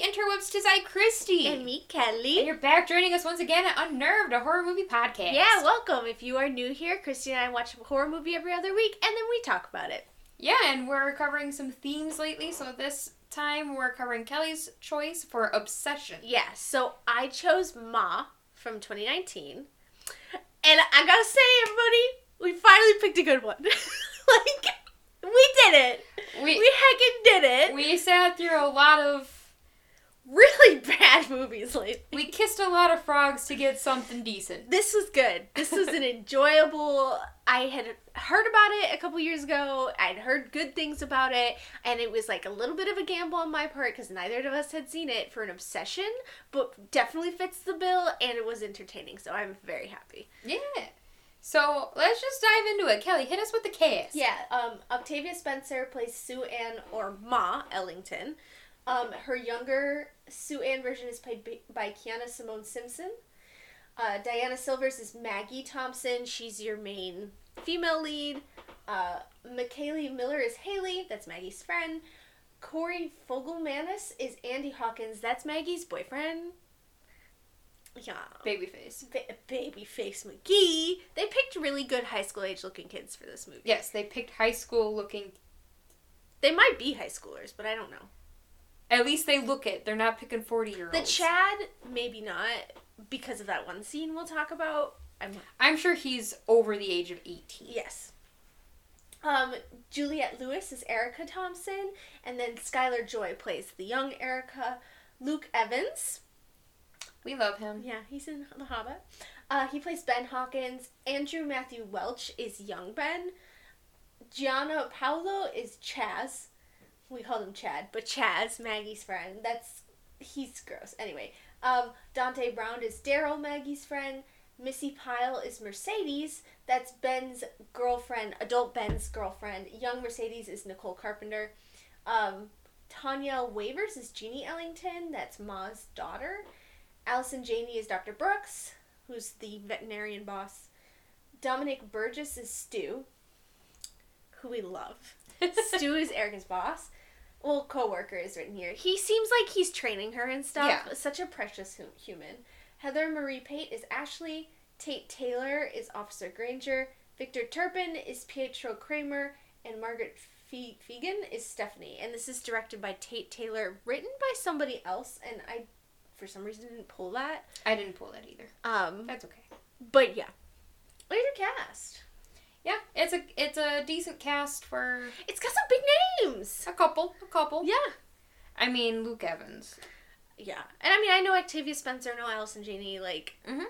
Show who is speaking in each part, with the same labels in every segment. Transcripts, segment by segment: Speaker 1: interwebs to Zy Christie.
Speaker 2: And me, Kelly.
Speaker 1: And you're back joining us once again at Unnerved, a horror movie podcast.
Speaker 2: Yeah, welcome. If you are new here, Christy and I watch a horror movie every other week, and then we talk about it.
Speaker 1: Yeah, and we're covering some themes lately. So this time we're covering Kelly's choice for Obsession.
Speaker 2: Yeah, so I chose Ma from 2019. And I gotta say, everybody, we finally picked a good one. like, we did it. We,
Speaker 1: We
Speaker 2: heckin' did it.
Speaker 1: we sat through a lot of
Speaker 2: really bad movies lately.
Speaker 1: we kissed a lot of frogs to get something decent.
Speaker 2: This was good. This was an enjoyable. I had heard about it a couple years ago. I'd heard good things about it, and it was like a little bit of a gamble on my part because neither of us had seen it for an obsession, but definitely fits the bill, and it was entertaining. So I'm very happy.
Speaker 1: Yeah. So let's just dive into it. Kelly, hit us with the cast.
Speaker 2: Yeah, um, Octavia Spencer plays Sue Ann or Ma Ellington. Um, her younger Sue Ann version is played b- by Kiana Simone Simpson. Uh, Diana Silvers is Maggie Thompson. She's your main female lead. Uh, McKaylee Miller is Haley. That's Maggie's friend. Corey Fogelmanis is Andy Hawkins. That's Maggie's boyfriend. Yeah.
Speaker 1: Babyface.
Speaker 2: Ba- Babyface McGee. They picked really good high school age looking kids for this movie.
Speaker 1: Yes, they picked high school looking.
Speaker 2: They might be high schoolers, but I don't know.
Speaker 1: At least they look it. They're not picking 40 year
Speaker 2: The
Speaker 1: olds.
Speaker 2: Chad, maybe not, because of that one scene we'll talk about. I'm
Speaker 1: I'm sure he's over the age of 18.
Speaker 2: yes. Um, Juliette Lewis is Erica Thompson, and then Skylar Joy plays the young Erica. Luke Evans,
Speaker 1: We love him.
Speaker 2: yeah, he's in The Hobbit. Uh, he plays Ben Hawkins. Andrew Matthew Welch is young Ben. Gianna Paolo is Chaz. We called him Chad, but Chaz, Maggie's friend. That's he's gross. Anyway, um, Dante Brown is Daryl, Maggie's friend. Missy Pyle is Mercedes. That's Ben's girlfriend, adult Ben's girlfriend. Young Mercedes is Nicole Carpenter. Um, Tanya Wavers is Jeannie Ellington. That's Ma's daughter. Allison Janney is Dr. Brooks, who's the veterinarian boss. Dominic Burgess is Stu, who we love. Stu is Erica's boss. Well, co-worker is written here. He seems like he's training her and stuff.
Speaker 1: Yeah.
Speaker 2: Such a precious hu- human. Heather Marie Pate is Ashley. Tate Taylor is Officer Granger. Victor Turpin is Pietro Kramer. And Margaret Fe- Fegan is Stephanie. And this is directed by Tate Taylor, written by somebody else. And I, for some reason, didn't pull that.
Speaker 1: I didn't pull that either.
Speaker 2: Um,
Speaker 1: That's okay.
Speaker 2: but yeah. Later cast.
Speaker 1: Yeah, it's a it's a decent cast for
Speaker 2: It's got some big names.
Speaker 1: a couple, a couple.
Speaker 2: Yeah.
Speaker 1: I mean Luke Evans.
Speaker 2: Yeah. And I mean, I know Octavia Spencer, no Allison Janney. Like,
Speaker 1: Mhm.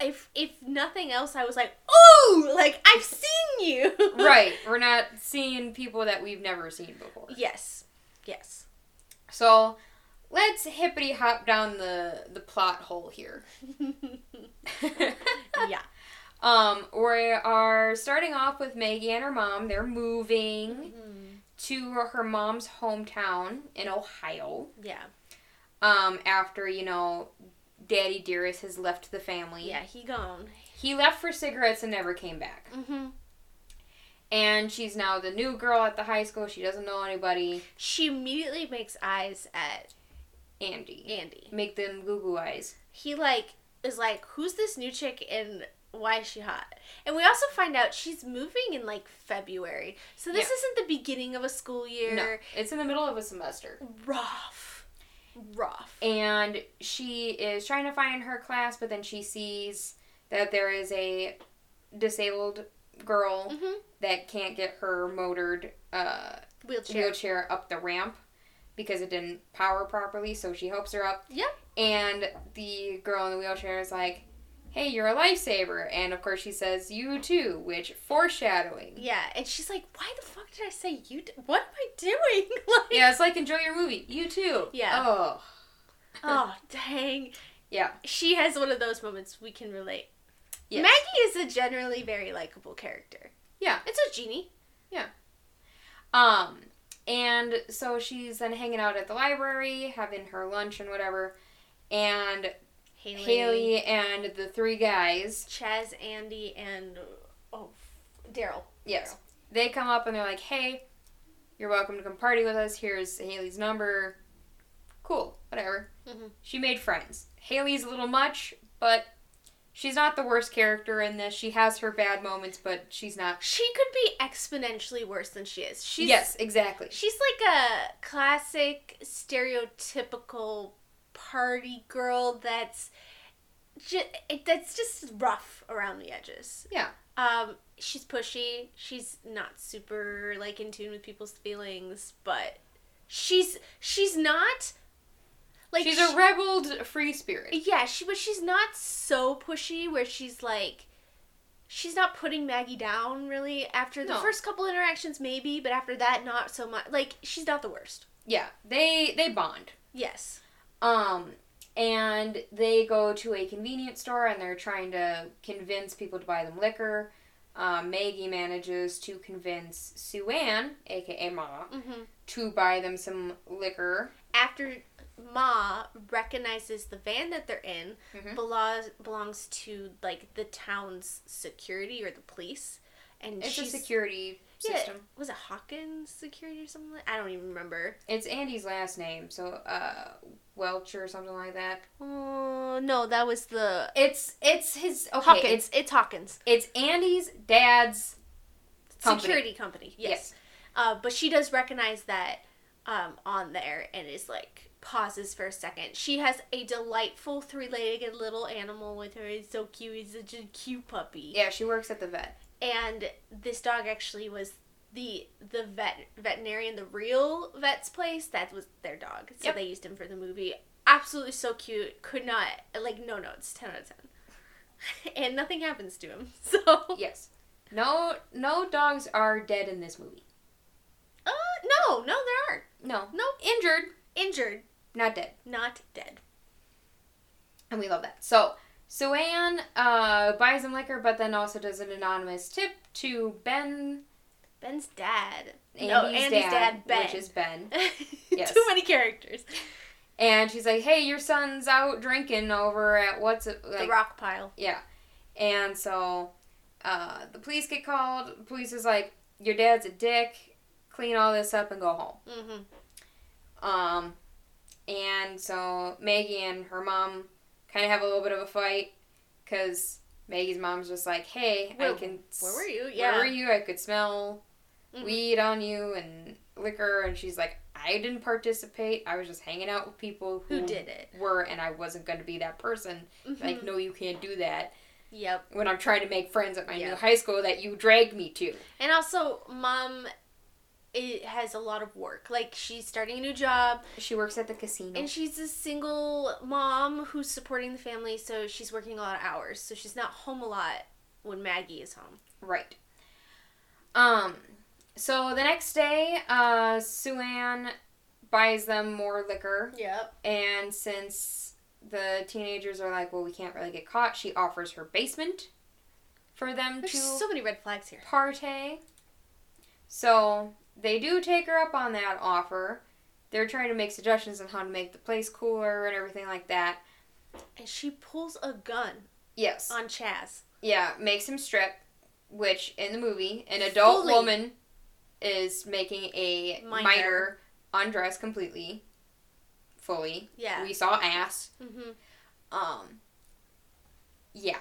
Speaker 2: if if nothing else, I was like, ooh, like I've seen you.
Speaker 1: right, we're not seeing people that we've never seen before.
Speaker 2: Yes. Yes.
Speaker 1: So, let's hippity hop down the the plot hole here. Mm-hmm.
Speaker 2: yeah.
Speaker 1: um, we are starting off with Maggie and her mom. They're moving to her mom's hometown in Ohio.
Speaker 2: Yeah.
Speaker 1: Um, after you know, Daddy Dearest has left the family.
Speaker 2: Yeah. He gone.
Speaker 1: He left for cigarettes and never came back.
Speaker 2: Mm-hmm.
Speaker 1: And she's now the new girl at the high school. She doesn't know anybody.
Speaker 2: She immediately makes eyes at
Speaker 1: Andy.
Speaker 2: Andy.
Speaker 1: Make them goo goo eyes.
Speaker 2: He like is like, who's this new chick and why is she hot? And we also find out she's moving in like February, so this isn't the beginning of a school year.
Speaker 1: No, it's in the middle of a semester.
Speaker 2: Rough. Rough.
Speaker 1: And she is trying to find her class, but then she sees that there is a disabled girl
Speaker 2: Mhm.
Speaker 1: that can't get her motored uh,
Speaker 2: Wheelchair.
Speaker 1: wheelchair up the ramp because it didn't power properly, so she helps her up.
Speaker 2: Yep.
Speaker 1: And the girl in the wheelchair is like, Hey, you're a lifesaver. And of course, she says, You too, which foreshadowing.
Speaker 2: Yeah, and she's like, "Why the fuck did I say you? D- what am I doing?" like,
Speaker 1: Yeah, it's like, Enjoy your movie. You too.
Speaker 2: Yeah.
Speaker 1: Oh.
Speaker 2: oh dang.
Speaker 1: Yeah.
Speaker 2: She has one of those moments we can relate.
Speaker 1: Yes.
Speaker 2: Maggie is a generally very likable character.
Speaker 1: Yeah.
Speaker 2: It's a genie.
Speaker 1: Um, and so she's then hanging out at the library, having her lunch and whatever. And
Speaker 2: Haley,
Speaker 1: Haley and the three guys,
Speaker 2: Chaz, Andy, and oh, Daryl.
Speaker 1: yes, they come up and they're like, "Hey, you're welcome to come party with us. Here's Haley's number. cool, whatever.
Speaker 2: Mhm.
Speaker 1: She made friends. Haley's a little much, but she's not the worst character in this. She has her bad moments, but she's not.
Speaker 2: She could be exponentially worse than she is. She's
Speaker 1: yes, exactly.
Speaker 2: She's like a classic stereotypical party girl that's just it, that's just rough around the edges.
Speaker 1: Yeah.
Speaker 2: Um she's pushy. She's not super like in tune with people's feelings, but she's she's not like
Speaker 1: she's
Speaker 2: she-
Speaker 1: a rebelled free spirit.
Speaker 2: yeah, she but she's not so pushy where she's like she's not putting Maggie down really after the
Speaker 1: No.
Speaker 2: first couple interactions maybe, but after that not so much. Like she's not the worst.
Speaker 1: Yeah, they they bond.
Speaker 2: Yes.
Speaker 1: Um, and they go to a convenience store and they're trying to convince people to buy them liquor. Um, Maggie manages to convince Sue Ann, aka Ma,
Speaker 2: Mm-hmm.
Speaker 1: to buy them some liquor.
Speaker 2: After Ma recognizes the van that they're in
Speaker 1: Mhm.
Speaker 2: belongs belongs to like the town's security or the police, and
Speaker 1: It's
Speaker 2: she's
Speaker 1: a security
Speaker 2: yeah,
Speaker 1: system.
Speaker 2: was it Hawkins security or something? I don't even remember.
Speaker 1: It's Andy's last name, so uh, Welch or something like that.
Speaker 2: Oh no, that was the
Speaker 1: It's it's his okay.
Speaker 2: Hawkins.
Speaker 1: It's
Speaker 2: It's it's Hawkins
Speaker 1: it's Andy's dad's company.
Speaker 2: security company. Yes.
Speaker 1: Yes.
Speaker 2: Uh, but she does recognize that um, on there and is like pauses for a second. She has a delightful three-legged little animal with her. It's so cute. He's such a cute puppy.
Speaker 1: Yeah, she works at the vet.
Speaker 2: and this dog actually was the the vet veterinarian the real vet's place that was their dog so
Speaker 1: Yep.
Speaker 2: they used him for the movie absolutely so cute could not like no notes 10 out of 10 and nothing happens to him so
Speaker 1: Yes. No no dogs are dead in this movie.
Speaker 2: uh, no no there aren't
Speaker 1: No.
Speaker 2: Nope.
Speaker 1: Injured,
Speaker 2: injured
Speaker 1: not dead.
Speaker 2: not dead
Speaker 1: And we love that. So, Sue Ann uh, buys him liquor, but then also does an anonymous tip to Ben,
Speaker 2: ben's dad
Speaker 1: Andy's,
Speaker 2: no andy's dad, ben
Speaker 1: which is Ben. Yes.
Speaker 2: too many characters
Speaker 1: And she's like, hey, your son's out drinking over at what's it, like,
Speaker 2: the rock pile
Speaker 1: Yeah. And so uh, the police get called. Police is like, your dad's a dick. Clean all this up and go home.
Speaker 2: mm-hmm.
Speaker 1: Um, and so Maggie and her mom kind of have a little bit of a fight because Maggie's mom's just like, "Hey,
Speaker 2: Where-
Speaker 1: I can. s-
Speaker 2: where were you yeah
Speaker 1: Where were you? I could smell
Speaker 2: Mhm.
Speaker 1: weed on you and liquor." And she's like, "I didn't participate. I was just hanging out with people who,
Speaker 2: who did it
Speaker 1: were, and I wasn't going to be that person. Like,
Speaker 2: Mhm.
Speaker 1: no, you can't do that
Speaker 2: yep
Speaker 1: when I'm trying to make friends at my
Speaker 2: Yeah.
Speaker 1: new high school that you dragged me to."
Speaker 2: And also, mom it has a lot of work. Like she's starting a new job
Speaker 1: She works at the casino.
Speaker 2: and she's a single mom who's supporting the family, so she's working a lot of hours. So she's not home a lot when Maggie is home.
Speaker 1: Right. Um. So the next day, uh, Sue Ann buys them more liquor,
Speaker 2: Yep.
Speaker 1: and since the teenagers are like, "Well, we can't really get caught," she offers her basement for them
Speaker 2: There's
Speaker 1: to
Speaker 2: so many red flags here.
Speaker 1: partay. So they do take her up on that offer. They're trying to make suggestions on how to make the place cooler and everything like that.
Speaker 2: And she pulls a gun
Speaker 1: Yes.
Speaker 2: on Chaz.
Speaker 1: Yeah, makes him strip, which in the movie, an adult
Speaker 2: Fully.
Speaker 1: woman is making a minor.
Speaker 2: Minor.
Speaker 1: undress completely, fully.
Speaker 2: Yeah.
Speaker 1: We saw ass.
Speaker 2: hmm
Speaker 1: Um, yeah.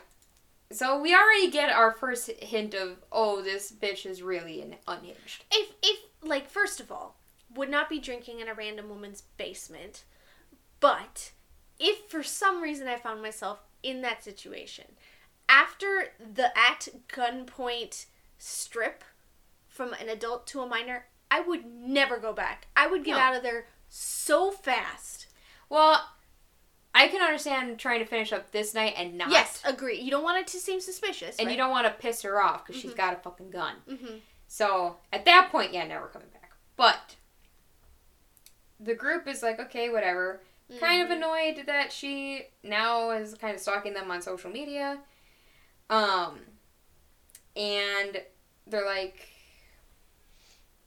Speaker 1: So we already get our first hint of oh, this bitch is really an unhinged.
Speaker 2: If if like first of all, would not be drinking in a random woman's basement, but if for some reason I found myself in that situation, after the at gunpoint strip from an adult to a minor, I would never go back. I would get
Speaker 1: No.
Speaker 2: out of there so fast.
Speaker 1: Well, I can understand trying to finish up this night and not.
Speaker 2: Yes, agree. You don't want it to seem suspicious.
Speaker 1: And you don't want to piss her off because she's
Speaker 2: Mhm.
Speaker 1: got a fucking gun.
Speaker 2: don't. hmm
Speaker 1: So at that point, yeah, now we're coming back. But the group is like, okay, whatever. Kind
Speaker 2: Mm-hmm.
Speaker 1: of annoyed that she now is kind of stalking them on social media. Um, and they're like,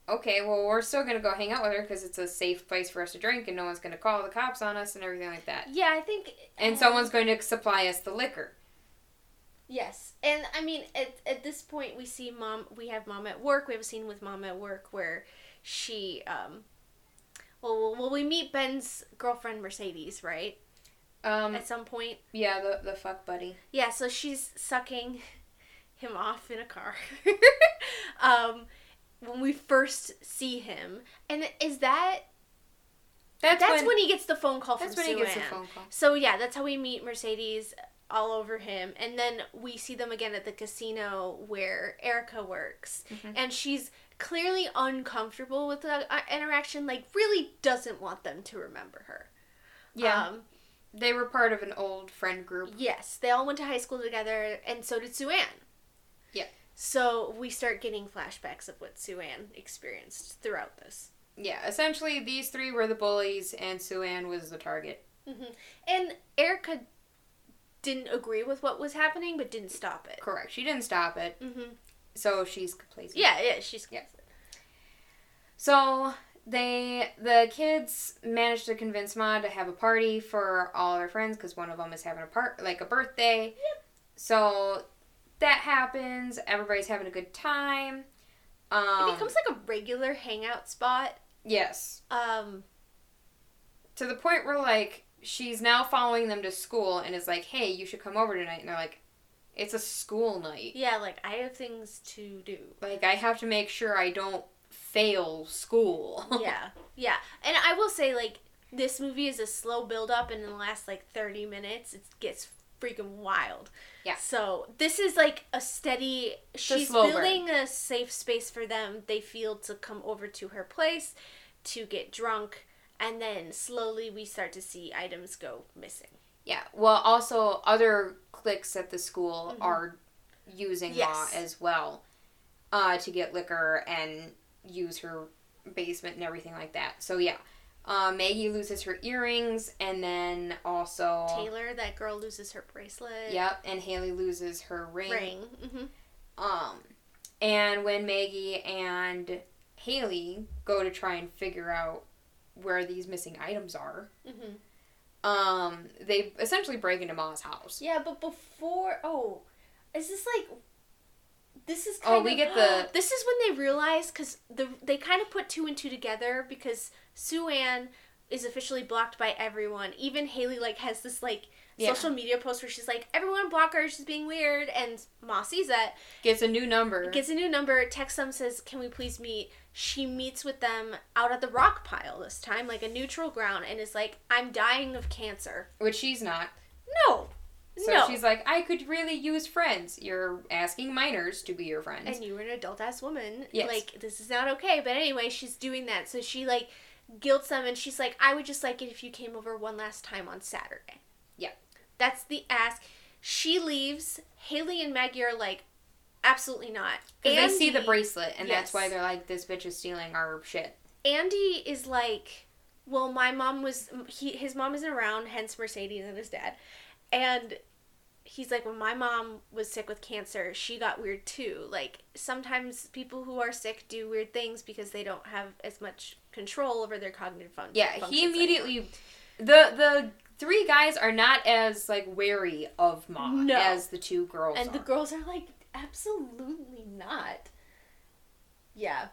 Speaker 1: okay, well, we're still gonna go hang out with her because it's a safe place for us to drink, and no one's gonna call the cops on us and everything like that.
Speaker 2: Yeah, I think.
Speaker 1: And someone's going to supply us the liquor.
Speaker 2: Yes, and I mean at at this point we see mom. We have mom at work. We have a scene with mom at work where she um, Well, well, we meet Ben's girlfriend Mercedes, right?
Speaker 1: Um,
Speaker 2: At some point.
Speaker 1: yeah, the the fuck buddy.
Speaker 2: Yeah, so she's sucking him off in a car. um, when we first see him, and is that
Speaker 1: That's,
Speaker 2: that's, when, he gets the phone call
Speaker 1: that's
Speaker 2: from
Speaker 1: when he
Speaker 2: Sue
Speaker 1: gets the
Speaker 2: Ann.
Speaker 1: phone call.
Speaker 2: So yeah, that's how we meet Mercedes all over him, and then we see them again at the casino where Erica works,
Speaker 1: Mhm.
Speaker 2: and she's clearly uncomfortable with the uh, interaction. Like, really doesn't want them to remember her.
Speaker 1: Yeah,
Speaker 2: Um,
Speaker 1: they were part of an old friend group.
Speaker 2: yes, they all went to high school together, and so did Sue Ann.
Speaker 1: Yeah.
Speaker 2: So we start getting flashbacks of what Sue Ann experienced throughout this.
Speaker 1: Yeah, essentially these three were the bullies, and Sue Ann was the target.
Speaker 2: And Erica didn't agree with what was happening, but didn't stop it.
Speaker 1: Correct. She didn't stop it,
Speaker 2: Mm-hmm.
Speaker 1: so she's complacent.
Speaker 2: Yeah, yeah, she's
Speaker 1: Yeah. So they the kids managed to convince Ma to have a party for all their friends because one of them is having a part like a birthday. So that happens. Everybody's having a good time. Um,
Speaker 2: it becomes like a regular hangout spot.
Speaker 1: yes
Speaker 2: Um,
Speaker 1: to the point where like she's now following them to school and is like, hey, you should come over tonight, and they're like, it's a school night.
Speaker 2: yeah, like I have things to do.
Speaker 1: Like I have to make sure I don't fail school.
Speaker 2: yeah, yeah, and I will say like this movie is a slow build up, and in the last like thirty minutes, it gets freaking wild.
Speaker 1: Yeah.
Speaker 2: So this is like a steady. She's
Speaker 1: slow burn.
Speaker 2: building a safe space for them. They feel to come over to her place, to get drunk, and then slowly we start to see items go missing.
Speaker 1: Yeah. Well, also other cliques at the school
Speaker 2: Mhm.
Speaker 1: are using
Speaker 2: Yes.
Speaker 1: Ma as well uh, to get liquor and use her basement and everything like that. So yeah, uh, Maggie loses her earrings, and then also
Speaker 2: Taylor, that girl loses her bracelet.
Speaker 1: Yep, and Haley loses her ring.
Speaker 2: Ring. hmm
Speaker 1: Um, and when Maggie and Haley go to try and figure out where these missing items are,
Speaker 2: hmm
Speaker 1: um, they essentially break into Ma's house.
Speaker 2: Yeah, but before oh, is this like this is
Speaker 1: Oh,
Speaker 2: kind
Speaker 1: we
Speaker 2: of-
Speaker 1: get the-
Speaker 2: this is when they realize because the they kind of put two and two together because Sue Ann is officially blocked by everyone. Even Haley like has this like
Speaker 1: Yeah.
Speaker 2: social media post where she's like everyone block her, she's being weird, and Ma sees that
Speaker 1: Gets a new number.
Speaker 2: gets a new number, texts them, says, Can we please meet? She meets with them out at the rock pile this time, like a neutral ground, and is like, I'm dying of cancer.
Speaker 1: which she's not.
Speaker 2: No.
Speaker 1: So
Speaker 2: no.
Speaker 1: she's like, I could really use friends. You're asking minors to be your friends.
Speaker 2: and you were an adult ass woman.
Speaker 1: Yes.
Speaker 2: Like, this is not okay. But anyway, she's doing that. So she, like, guilts them, and she's like, I would just like it if you came over one last time on Saturday.
Speaker 1: Yeah.
Speaker 2: That's the ask. She leaves. Haley and Maggie are like, absolutely not.
Speaker 1: 'Cause they see the
Speaker 2: Andy-
Speaker 1: bracelet, and that's why
Speaker 2: Yes.
Speaker 1: they're like, this bitch is stealing our shit.
Speaker 2: Andy is like, well, my mom was he his mom isn't around, hence Mercedes and his dad, and he's like, when my mom was sick with cancer, she got weird too. Like sometimes people who are sick do weird things because they don't have as much control over their cognitive function.
Speaker 1: Yeah, he immediately. The the three guys are not as like wary of Ma
Speaker 2: No.
Speaker 1: as the two girls.
Speaker 2: and the
Speaker 1: are.
Speaker 2: girls are like, absolutely not. Yeah.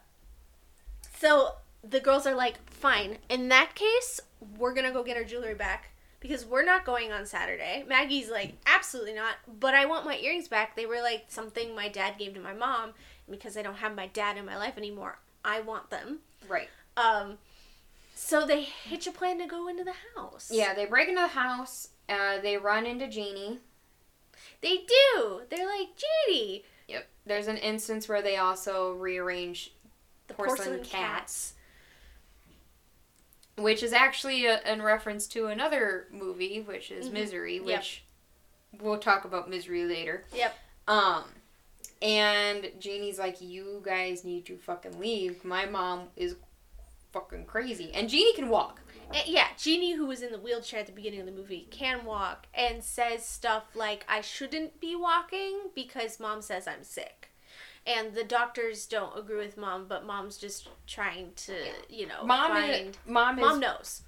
Speaker 2: So the girls are like, fine. In that case, we're gonna go get our jewelry back because we're not going on Saturday. Maggie's like, absolutely not. But I want my earrings back. They were like something my dad gave to my mom because I don't have my dad in my life anymore. I want them.
Speaker 1: right.
Speaker 2: Um. So they hitch a plan to go into the house.
Speaker 1: Yeah, they break into the house. Uh, they run into Jeannie.
Speaker 2: They do. They're like, Janie,
Speaker 1: Yep. There's an instance where they also rearrange
Speaker 2: the porcelain,
Speaker 1: Porcelain cats. which is actually a, in reference to another movie, which is
Speaker 2: Mhm.
Speaker 1: Misery,
Speaker 2: Yep.
Speaker 1: which we'll talk about Misery later.
Speaker 2: Yep.
Speaker 1: Um, and Jeannie's like, "You guys need to fucking leave. My mom is fucking crazy." And Jeannie can walk.
Speaker 2: Uh, yeah, Jeannie, who was in the wheelchair at the beginning of the movie, can walk and says stuff like, I shouldn't be walking because mom says I'm sick. And the doctors don't agree with mom, but mom's just trying to, you know,
Speaker 1: Mom
Speaker 2: find.
Speaker 1: is mom is
Speaker 2: Oh, Mom knows.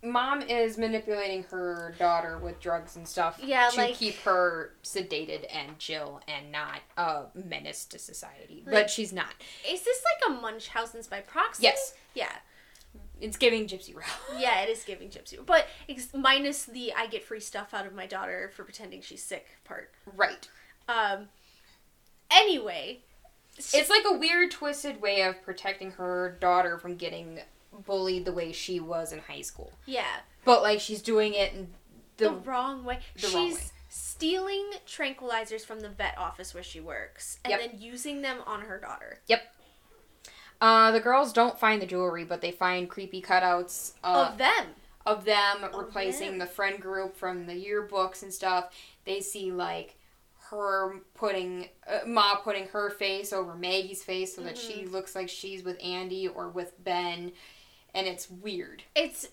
Speaker 1: mom is manipulating her daughter with drugs and stuff
Speaker 2: Yeah,
Speaker 1: to
Speaker 2: like-
Speaker 1: keep her sedated and chill and not a menace to society.
Speaker 2: Like-
Speaker 1: but she's not.
Speaker 2: Is this like a Munchausen's by proxy?
Speaker 1: Yes.
Speaker 2: Yeah.
Speaker 1: It's giving Gypsy Row.
Speaker 2: Yeah, it is giving gypsy, but ex- minus the I get free stuff out of my daughter for pretending she's sick part.
Speaker 1: Right.
Speaker 2: Um. Anyway,
Speaker 1: It's like a weird, twisted way of protecting her daughter from getting bullied the way she was in high school.
Speaker 2: yeah,
Speaker 1: But like she's doing it in
Speaker 2: the,
Speaker 1: the,
Speaker 2: wrong way.
Speaker 1: the
Speaker 2: she's
Speaker 1: wrong way.
Speaker 2: stealing tranquilizers from the vet office where she works, and
Speaker 1: Yep.
Speaker 2: then using them on her daughter
Speaker 1: uh the girls don't find the jewelry, but they find creepy cutouts uh,
Speaker 2: of Oh, them.
Speaker 1: of them
Speaker 2: of
Speaker 1: replacing
Speaker 2: them.
Speaker 1: the friend group from the yearbooks and stuff. They see like her putting uh, Ma putting her face over Maggie's face so that
Speaker 2: Mm-hmm.
Speaker 1: she looks like she's with Andy or with Ben, and it's weird.
Speaker 2: It's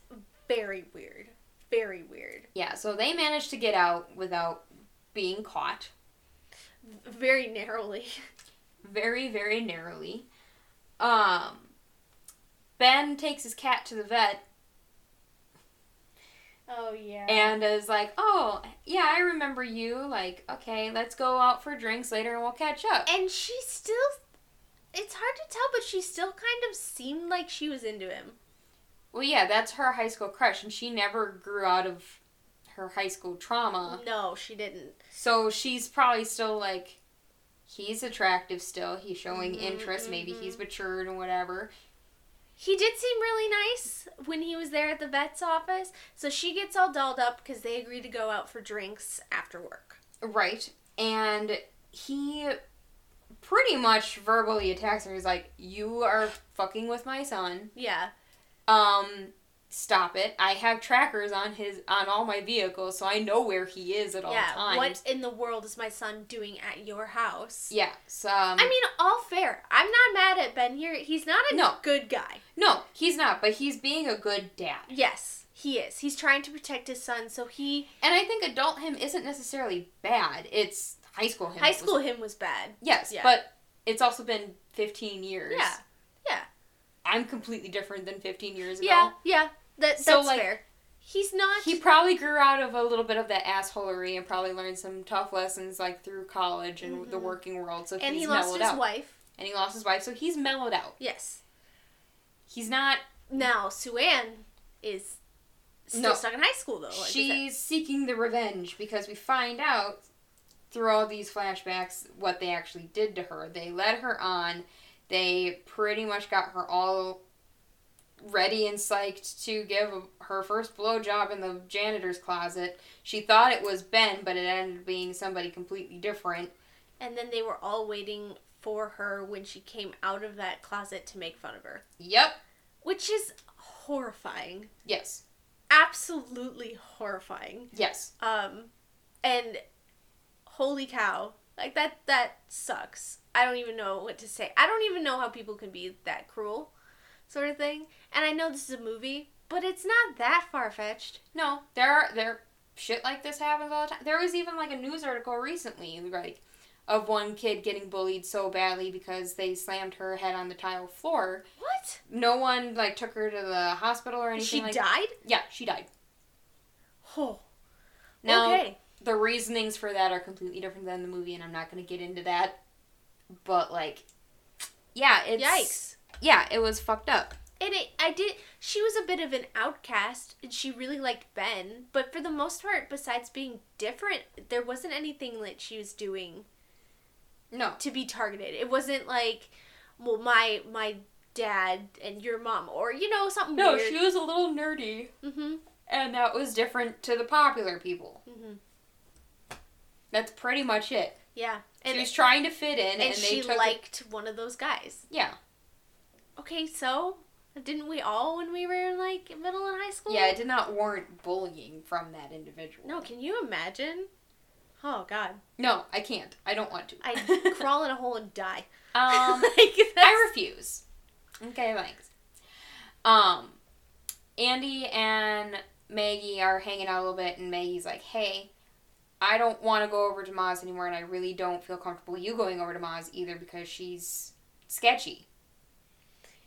Speaker 2: very weird. Very weird.
Speaker 1: Yeah, so they manage to get out without being caught.
Speaker 2: Very narrowly.
Speaker 1: very, very narrowly. Um, ben takes his cat to the vet
Speaker 2: Oh yeah.
Speaker 1: and is like, "Oh, yeah, I remember you. Like, okay, let's go out for drinks later and we'll catch up."
Speaker 2: and she still it's hard to tell but she still kind of seemed like she was into him
Speaker 1: Well, yeah, that's her high school crush, and she never grew out of her high school trauma,
Speaker 2: no she didn't
Speaker 1: so she's probably still like, he's attractive still. He's showing
Speaker 2: Mhm,
Speaker 1: interest. Maybe
Speaker 2: mhm.
Speaker 1: he's matured and whatever.
Speaker 2: he did seem really nice when he was there at the vet's office so she gets all dolled up because they agree to go out for drinks after work
Speaker 1: Right. And he pretty much verbally attacks her. He's like, You are fucking with my son.
Speaker 2: yeah
Speaker 1: Um, stop it. I have trackers on his on all my vehicles, so I know where he is at all
Speaker 2: yeah
Speaker 1: times.
Speaker 2: what in the world is my son doing at your house
Speaker 1: Yeah. So um,
Speaker 2: i mean all fair i'm not mad at ben here he's not a
Speaker 1: No.
Speaker 2: good guy
Speaker 1: No, he's not, but he's being a good dad.
Speaker 2: yes he is he's trying to protect his son so he
Speaker 1: And I think adult him isn't necessarily bad. It's high school him. that
Speaker 2: high
Speaker 1: was-
Speaker 2: school him was bad
Speaker 1: yes,
Speaker 2: yeah.
Speaker 1: but it's also been fifteen years.
Speaker 2: Yeah, yeah.
Speaker 1: I'm completely different than fifteen years ago.
Speaker 2: Yeah, yeah. That that's
Speaker 1: So, like,
Speaker 2: fair. He's not.
Speaker 1: He probably grew out of a little bit of that assholery and probably learned some tough lessons like through college and the
Speaker 2: Mhm.
Speaker 1: working world. So
Speaker 2: and
Speaker 1: he's
Speaker 2: he lost
Speaker 1: mellowed
Speaker 2: his
Speaker 1: out.
Speaker 2: wife.
Speaker 1: And he lost his wife, so he's mellowed out.
Speaker 2: Yes.
Speaker 1: He's not.
Speaker 2: Now Sue Ann is still
Speaker 1: No.
Speaker 2: stuck in high school though. like Oh, I said.
Speaker 1: she's seeking the revenge because we find out through all these flashbacks what they actually did to her. They led her on. They pretty much got her all ready and psyched to give her first blowjob in the janitor's closet. She thought it was Ben, but it ended up being somebody completely different.
Speaker 2: And then they were all waiting for her when she came out of that closet to make fun of her,
Speaker 1: Yep.
Speaker 2: which is horrifying.
Speaker 1: Yes.
Speaker 2: Absolutely horrifying.
Speaker 1: Yes.
Speaker 2: Um, and holy cow, like that that sucks. I don't even know what to say. I don't even know how people can be that cruel, sort of thing. And I know this is a movie, but it's not that far fetched.
Speaker 1: No, there are there shit like this happens all the time. There was even like a news article recently, like of one kid getting bullied so badly because they slammed her head on the tile floor.
Speaker 2: What?
Speaker 1: No one like took her to the hospital or anything
Speaker 2: She
Speaker 1: like
Speaker 2: died?
Speaker 1: Yeah, she died.
Speaker 2: Oh,
Speaker 1: Now
Speaker 2: okay.
Speaker 1: the reasonings for that are completely different than the movie and I'm not gonna get into that. But like yeah, it's
Speaker 2: Yikes.
Speaker 1: Yeah, it was fucked up.
Speaker 2: And it, I did. She was a bit of an outcast, and she really liked Ben. But for the most part, besides being different, there wasn't anything that she was doing
Speaker 1: No.
Speaker 2: to be targeted. It wasn't like, well, my my dad and your mom, or you know something
Speaker 1: No,
Speaker 2: weird.
Speaker 1: she was a little nerdy
Speaker 2: mm-hmm.
Speaker 1: and that was different to the popular people.
Speaker 2: Mm-hmm.
Speaker 1: That's pretty much it.
Speaker 2: Yeah, and
Speaker 1: she was trying to fit in, and,
Speaker 2: and,
Speaker 1: they
Speaker 2: she
Speaker 1: took.
Speaker 2: liked one of those guys.
Speaker 1: yeah,
Speaker 2: Okay, so didn't we all when we were in like middle and high school?
Speaker 1: yeah. It did not warrant bullying from that individual.
Speaker 2: No, can you imagine? Oh God,
Speaker 1: no, I can't. I don't want to.
Speaker 2: I'd crawl in a hole and die.
Speaker 1: um,
Speaker 2: like
Speaker 1: I
Speaker 2: that's-
Speaker 1: refuse. Okay, thanks. Um, Andy and Maggie are hanging out a little bit, and Maggie's like, "Hey, I don't want to go over to Ma's anymore, and I really don't feel comfortable you going over to Ma's either because she's sketchy."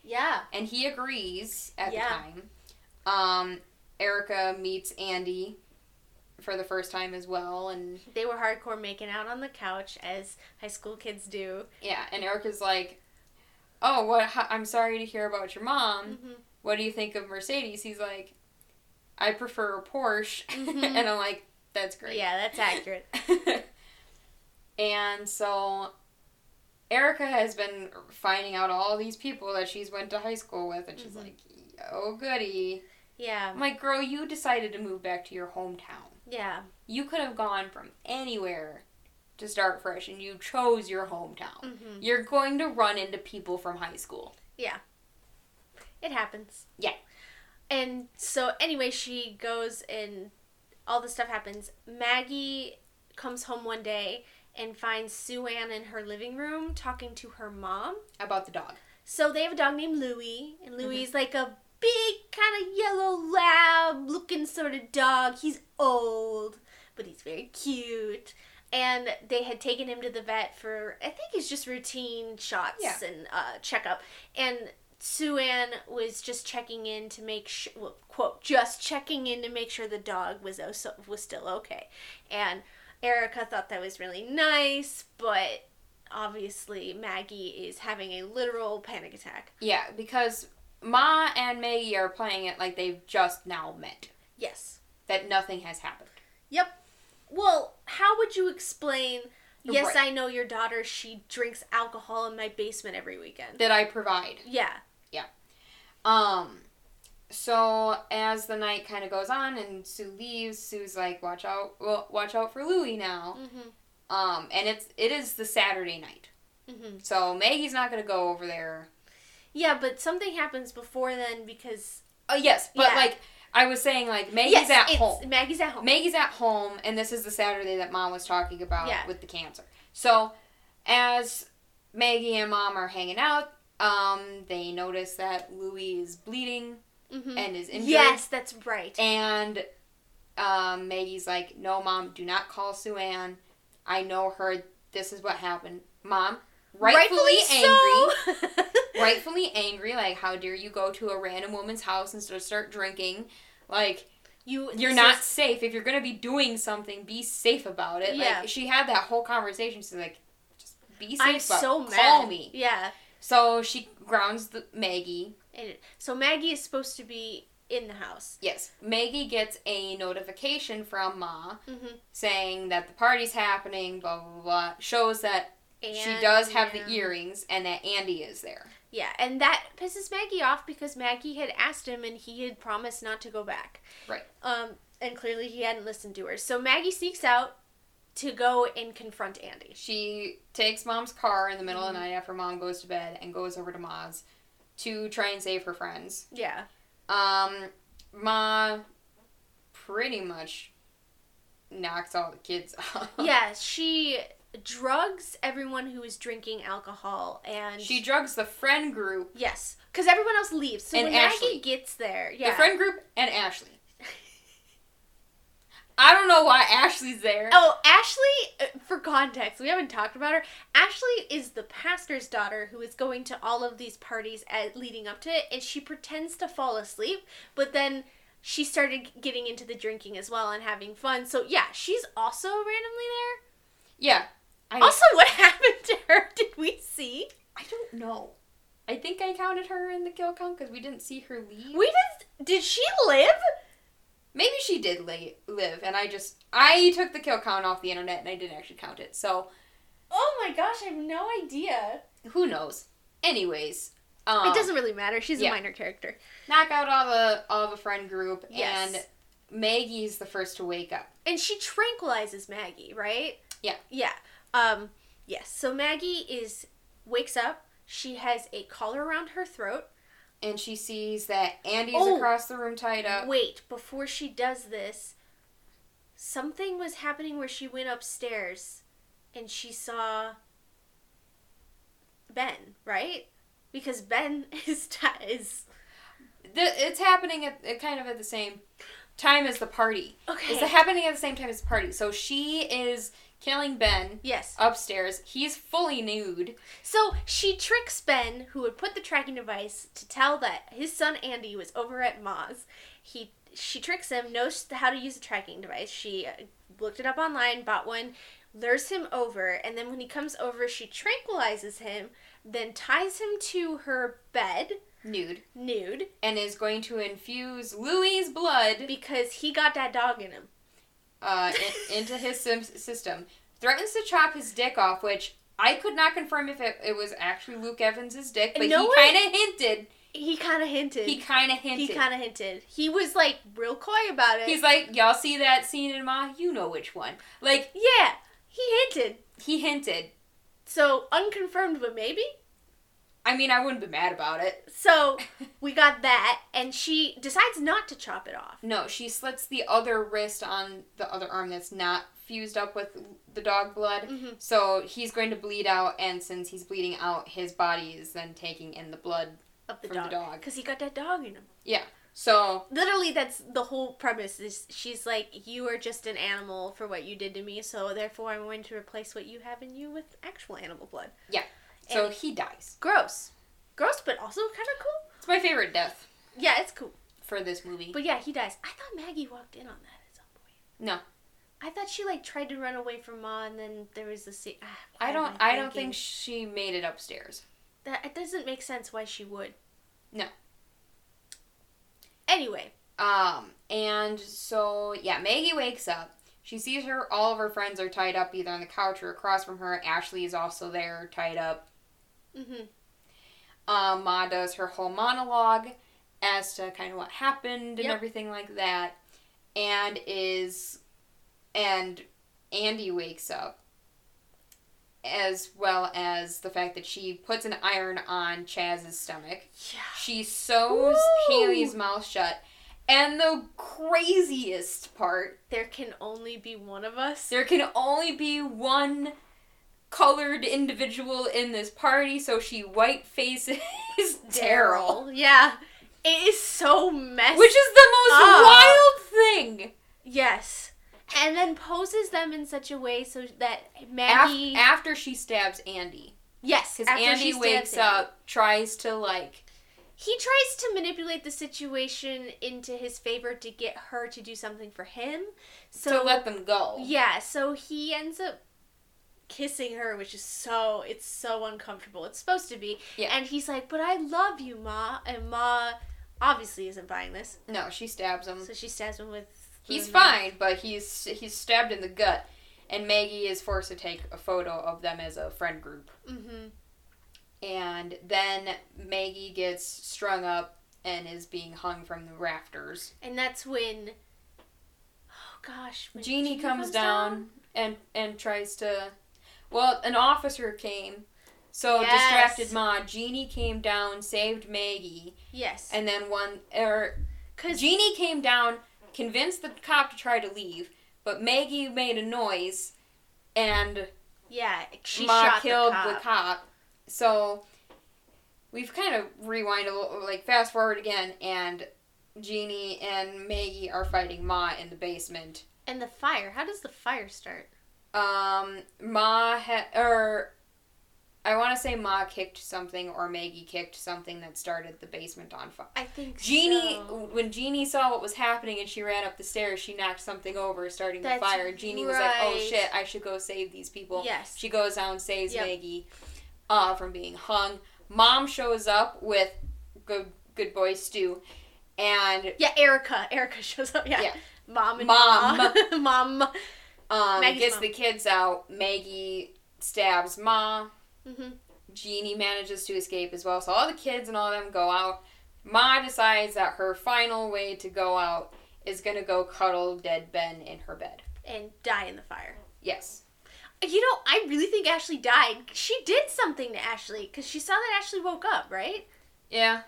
Speaker 2: yeah.
Speaker 1: and he agrees at
Speaker 2: Yeah.
Speaker 1: the time. Um, Erica meets Andy for the first time as well, and
Speaker 2: They were hardcore making out on the couch as high school kids do.
Speaker 1: yeah, and Erica's like, "Oh, what? How, I'm sorry to hear about your mom.
Speaker 2: Mm-hmm.
Speaker 1: what do you think of Mercedes? He's like, I prefer a Porsche.
Speaker 2: Mhm.
Speaker 1: and I'm like, that's great.
Speaker 2: Yeah, that's accurate.
Speaker 1: and so Erica has been finding out all these people that she's went to high school with, and she's
Speaker 2: Mhm.
Speaker 1: like, oh, goody.
Speaker 2: Yeah,
Speaker 1: I'm like, girl, you decided to move back to your hometown.
Speaker 2: yeah,
Speaker 1: You could have gone from anywhere to start fresh, and you chose your hometown.
Speaker 2: Mhm.
Speaker 1: You're going to run into people from high school.
Speaker 2: it happens.
Speaker 1: Yeah.
Speaker 2: And so anyway, she goes and all this stuff happens. Maggie comes home one day and finds Sue Ann in her living room talking to her mom.
Speaker 1: About the dog.
Speaker 2: So they have a dog named Louie, and Louie's like a big kind of yellow lab looking sort of dog. He's old, but he's very cute. And they had taken him to the vet for I think it's just routine shots
Speaker 1: Yeah.
Speaker 2: and uh, checkup. And Sue Ann was just checking in to make sure, well, quote, just checking in to make sure the dog was oh so, was still okay. And Erica thought that was really nice, but obviously Maggie is having a literal panic attack.
Speaker 1: Yeah, because Ma and Maggie are playing it like they've just now met,
Speaker 2: Yes.
Speaker 1: that nothing has happened.
Speaker 2: Yep. Well, how would you explain? Yes,
Speaker 1: Right.
Speaker 2: I know your daughter. She drinks alcohol in my basement every weekend.
Speaker 1: That I provide.
Speaker 2: Yeah.
Speaker 1: Um, so as the night kind of goes on and Sue leaves, Sue's like, "Watch out! Well, watch out for Louie now."
Speaker 2: Mm-hmm.
Speaker 1: Um, and it's it is the Saturday night,
Speaker 2: Mm-hmm.
Speaker 1: so Maggie's not gonna go over there.
Speaker 2: Yeah, but something happens before then because
Speaker 1: Oh yes, but
Speaker 2: Yeah.
Speaker 1: like I was saying, like Maggie's
Speaker 2: yes,
Speaker 1: at
Speaker 2: it's-
Speaker 1: home.
Speaker 2: Maggie's at home.
Speaker 1: Maggie's at home, and this is the Saturday that Mom was talking about
Speaker 2: Yeah.
Speaker 1: with the cancer. So, as Maggie and Mom are hanging out, um, they notice that Louis is bleeding
Speaker 2: mm-hmm.
Speaker 1: and is injured.
Speaker 2: yes, that's right.
Speaker 1: And um, Maggie's like, "No, Mom, do not call Sue Ann. I know her. This is what happened, Mom. Rightfully, angry."
Speaker 2: so.
Speaker 1: Rightfully angry, like how dare you go to a random woman's house and sort of start drinking? Like
Speaker 2: you.
Speaker 1: you're
Speaker 2: this
Speaker 1: not
Speaker 2: is-
Speaker 1: safe. If you're gonna be doing something, be safe about it.
Speaker 2: Yeah.
Speaker 1: Like she had that whole conversation. She's like, just be safe.
Speaker 2: I'm
Speaker 1: about
Speaker 2: so
Speaker 1: it.
Speaker 2: mad.
Speaker 1: Call me.
Speaker 2: Yeah.
Speaker 1: So she grounds the Maggie.
Speaker 2: And so Maggie is supposed to be in the house.
Speaker 1: Yes, Maggie gets a notification from Ma
Speaker 2: Mm-hmm.
Speaker 1: saying that the party's happening. Blah blah blah. Shows that she does have the earrings and that Andy is there.
Speaker 2: Yeah, and that pisses Maggie off because Maggie had asked him and he had promised not to go back.
Speaker 1: Right.
Speaker 2: Um, and clearly he hadn't listened to her. So Maggie seeks out to go and confront Andy.
Speaker 1: She takes Mom's car in the middle of
Speaker 2: Mm-hmm.
Speaker 1: the night after Mom goes to bed and goes over to Ma's to try and save her friends.
Speaker 2: Yeah.
Speaker 1: Um, Ma pretty much knocks all the kids out.
Speaker 2: Yeah, she drugs everyone who is drinking alcohol and
Speaker 1: She drugs the friend group,
Speaker 2: Yes, because everyone else leaves. So
Speaker 1: And
Speaker 2: when
Speaker 1: Ashley.
Speaker 2: Maggie gets there, yeah,
Speaker 1: the friend group, and Ashley. I don't know why Ashley's there.
Speaker 2: Oh, Ashley, uh, for context, we haven't talked about her. Ashley is the pastor's daughter who is going to all of these parties at, leading up to it, and she pretends to fall asleep, but then she started getting into the drinking as well and having fun. So, yeah, she's also randomly there.
Speaker 1: Yeah, I
Speaker 2: Also, what happened to her? Did we see?
Speaker 1: I don't know. I think I counted her in the kill count because we didn't see her leave.
Speaker 2: We did. Did she live?
Speaker 1: Maybe she did lay, live, and I just I took the kill count off the internet and I didn't actually count it. So
Speaker 2: Oh my gosh, I have no idea.
Speaker 1: who knows? Anyways, um,
Speaker 2: it doesn't really matter. She's
Speaker 1: yeah.
Speaker 2: a minor character.
Speaker 1: knock out all the all the friend group
Speaker 2: Yes.
Speaker 1: and Maggie's the first to wake up.
Speaker 2: And she tranquilizes Maggie, right?
Speaker 1: Yeah.
Speaker 2: Yeah. Um, yes. So Maggie is wakes up. She has a collar around her throat.
Speaker 1: And she sees that Andy's
Speaker 2: Oh.
Speaker 1: across the room tied up.
Speaker 2: Wait, before she does this, something was happening where she went upstairs and she saw Ben, right? Because Ben is ti- is
Speaker 1: Th- it's happening at, at kind of at the same time as the party.
Speaker 2: okay.
Speaker 1: It's happening at the same time as the party. So she is killing Ben
Speaker 2: yes.
Speaker 1: upstairs. He's fully nude.
Speaker 2: So she tricks Ben, who had put the tracking device, to tell that his son Andy was over at Ma's. He she tricks him, knows how to use the tracking device. She uh, looked it up online, bought one, lures him over, and then when he comes over, she tranquilizes him, then ties him to her bed,
Speaker 1: nude
Speaker 2: nude
Speaker 1: and is going to infuse Louis's blood
Speaker 2: because he got that dog in him.
Speaker 1: uh, in, into his sim- system. Threatens to chop his dick off, which I could not confirm if it, it was actually Luke Evans' dick, but
Speaker 2: No
Speaker 1: he
Speaker 2: way.
Speaker 1: kind of hinted.
Speaker 2: He kind of hinted.
Speaker 1: He kind of
Speaker 2: He
Speaker 1: hinted.
Speaker 2: kind of hinted. He was like real coy about it.
Speaker 1: He's like, y'all see that scene in Ma? You know which one. Like
Speaker 2: yeah, he hinted.
Speaker 1: he hinted.
Speaker 2: So unconfirmed, but maybe.
Speaker 1: I mean, I wouldn't be mad about it.
Speaker 2: So we got that, and she decides not to chop it off.
Speaker 1: No, she slits the other wrist on the other arm that's not fused up with the dog blood.
Speaker 2: Mhm.
Speaker 1: So he's going to bleed out, and since he's bleeding out, his body is then taking in the blood.
Speaker 2: Of the
Speaker 1: From the
Speaker 2: dog,
Speaker 1: dog.
Speaker 2: because he got that dog in him.
Speaker 1: So
Speaker 2: Literally, that's the whole premise. Is she's like, you are just an animal for what you did to me, so therefore I'm going to replace what you have in you with actual animal blood.
Speaker 1: so
Speaker 2: And-
Speaker 1: he dies.
Speaker 2: Gross, gross, but also kind of cool.
Speaker 1: It's my favorite death
Speaker 2: Yeah, it's cool.
Speaker 1: for this movie.
Speaker 2: But yeah, he dies. I thought Maggie walked in on that at some point.
Speaker 1: No.
Speaker 2: I thought she like tried to run away from Ma, and then there was the scene. Ah, why
Speaker 1: I
Speaker 2: am
Speaker 1: don't. I don't
Speaker 2: thinking?
Speaker 1: think she made it upstairs.
Speaker 2: that it doesn't make sense why she would.
Speaker 1: No.
Speaker 2: Anyway,
Speaker 1: Um, and so yeah, Maggie wakes up. She sees her all of her friends are tied up either on the couch or across from her. Ashley is also there, tied up.
Speaker 2: hmm
Speaker 1: Um, Ma does her whole monologue as to kind of what happened and
Speaker 2: Yep.
Speaker 1: everything like that. And is and Andy wakes up. As well as the fact that she puts an iron on Chaz's stomach.
Speaker 2: yeah,
Speaker 1: She sews
Speaker 2: Ooh.
Speaker 1: Haley's mouth shut. And the craziest part,
Speaker 2: there can only be one of us.
Speaker 1: there can only be one colored individual in this party, so she white faces Daryl.
Speaker 2: Yeah, it is so messy.
Speaker 1: Which is the most
Speaker 2: Up.
Speaker 1: wild thing.
Speaker 2: yes, and then poses them in such a way so that
Speaker 1: Af-
Speaker 2: Maggie.
Speaker 1: after she stabs Andy.
Speaker 2: yes,
Speaker 1: Because
Speaker 2: after she
Speaker 1: Andy
Speaker 2: stabs
Speaker 1: wakes
Speaker 2: him.
Speaker 1: up, tries to like
Speaker 2: He tries to manipulate the situation into his favor to get her to do something for him. So
Speaker 1: to let them go.
Speaker 2: Yeah, so he ends up kissing her, which is so it's so uncomfortable. It's supposed to be.
Speaker 1: Yeah.
Speaker 2: And he's like, "But I love you, Ma." And Ma obviously isn't buying this,
Speaker 1: No, she stabs him.
Speaker 2: so mm-hmm. she stabs him with.
Speaker 1: He's
Speaker 2: with-
Speaker 1: fine, but he's he's stabbed in the gut, and Maggie is forced to take a photo of them as a friend group. Mm-hmm.
Speaker 2: Mhm.
Speaker 1: And then Maggie gets strung up and is being hung from the rafters.
Speaker 2: And that's when. Oh gosh. when
Speaker 1: Jeannie, comes, down, and and tries to, well, an officer came, so
Speaker 2: Yes.
Speaker 1: distracted Ma. Jeannie came down, saved Maggie,
Speaker 2: Yes.
Speaker 1: and then one or
Speaker 2: Cause
Speaker 1: Jeannie came down, convinced the cop to try to leave, but Maggie made a noise, and
Speaker 2: yeah, she
Speaker 1: Ma
Speaker 2: shot
Speaker 1: killed
Speaker 2: the cop.
Speaker 1: So we've kind of rewind a little, like fast forward again, and Jeannie and Maggie are fighting Ma in the basement.
Speaker 2: And the fire. How does the fire start?
Speaker 1: Um, Ma had, or I want to say Ma kicked something or Maggie kicked something that started the basement on fire.
Speaker 2: I think
Speaker 1: Jeannie,
Speaker 2: so.
Speaker 1: when Jeannie saw what was happening and she ran up the stairs, she knocked something over, starting
Speaker 2: That's
Speaker 1: the fire. Jeannie was like, "Oh
Speaker 2: right.
Speaker 1: shit, I should go save these people."
Speaker 2: Yes.
Speaker 1: She goes down, saves
Speaker 2: Yep.
Speaker 1: Maggie uh, from being hung. Mom shows up with good good boy Stu, and
Speaker 2: Yeah, Erica. Erica shows up. Yeah.
Speaker 1: Yeah.
Speaker 2: Mom and
Speaker 1: Mom.
Speaker 2: Ma. Mom.
Speaker 1: um,
Speaker 2: Maggie's
Speaker 1: gets
Speaker 2: mom.
Speaker 1: the kids out. Maggie stabs Ma.
Speaker 2: hmm
Speaker 1: Jeannie manages to escape as well. So all the kids and all them go out. Ma decides that her final way to go out is gonna go cuddle dead Ben in her bed.
Speaker 2: And die in the fire.
Speaker 1: Yes.
Speaker 2: You know, I really think Ashley died. She did something to Ashley because she saw that Ashley woke up, right?
Speaker 1: Yeah.